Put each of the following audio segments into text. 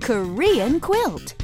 Korean Quilt.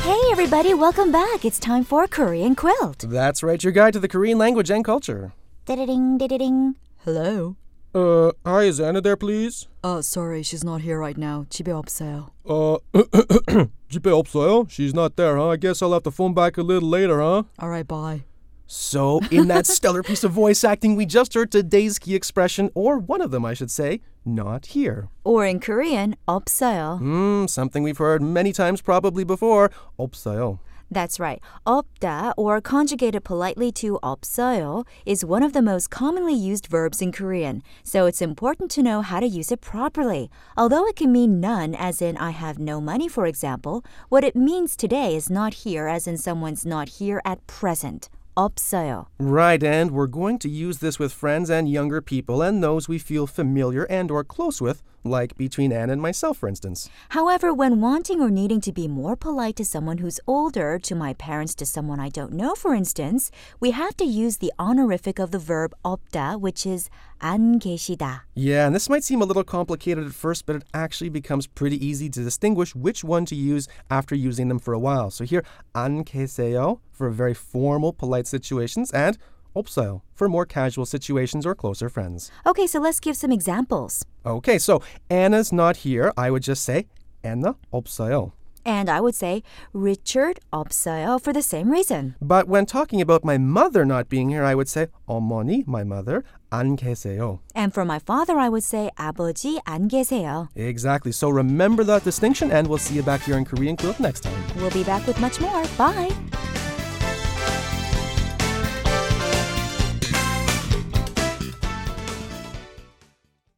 Hey, everybody, welcome back. It's time for Korean Quilt. That's right, your guide to the Korean language and culture. Ding, ding, ding. Hello. Uh, hi, is Anna there, please? Uh, sorry, she's not here right now. 집에 없어요. Uh, 집에 없어요? She's not there, huh? I guess I'll have to phone back a little later, huh? All right, bye. So, in that stellar piece of voice acting, we just heard today's key expression, or one of them, I should say, not here. Or in Korean, 없어요. Hmm, something we've heard many times probably before, 없어요. That's right. 없다 or conjugated politely to 없어요 is one of the most commonly used verbs in Korean, so it's important to know how to use it properly. Although it can mean none, as in I have no money, for example, what it means today is not here, as in someone's not here at present. 없어요. Right, and we're going to use this with friends and younger people and those we feel familiar and or close with, like between Anne and myself, for instance. However, when wanting or needing to be more polite to someone who's older, to my parents, to someone I don't know, for instance, we have to use the honorific of the verb 없다, which is 안 계시다. Yeah, and this might seem a little complicated at first, but it actually becomes pretty easy to distinguish which one to use after using them for a while. So here, 안 계세요 for very formal, polite situations, and 없어요 for more casual situations or closer friends. Okay, so let's give some examples. Okay, so Anna's not here. I would just say Anna 없어요. And I would say Richard 없어요 for the same reason. But when talking about my mother not being here, I would say 어머니, my mother, 안 계세요. And for my father, I would say 아버지 안 계세요. Exactly. So remember that distinction, and we'll see you back here in Korean Quilt next time. We'll be back with much more. Bye.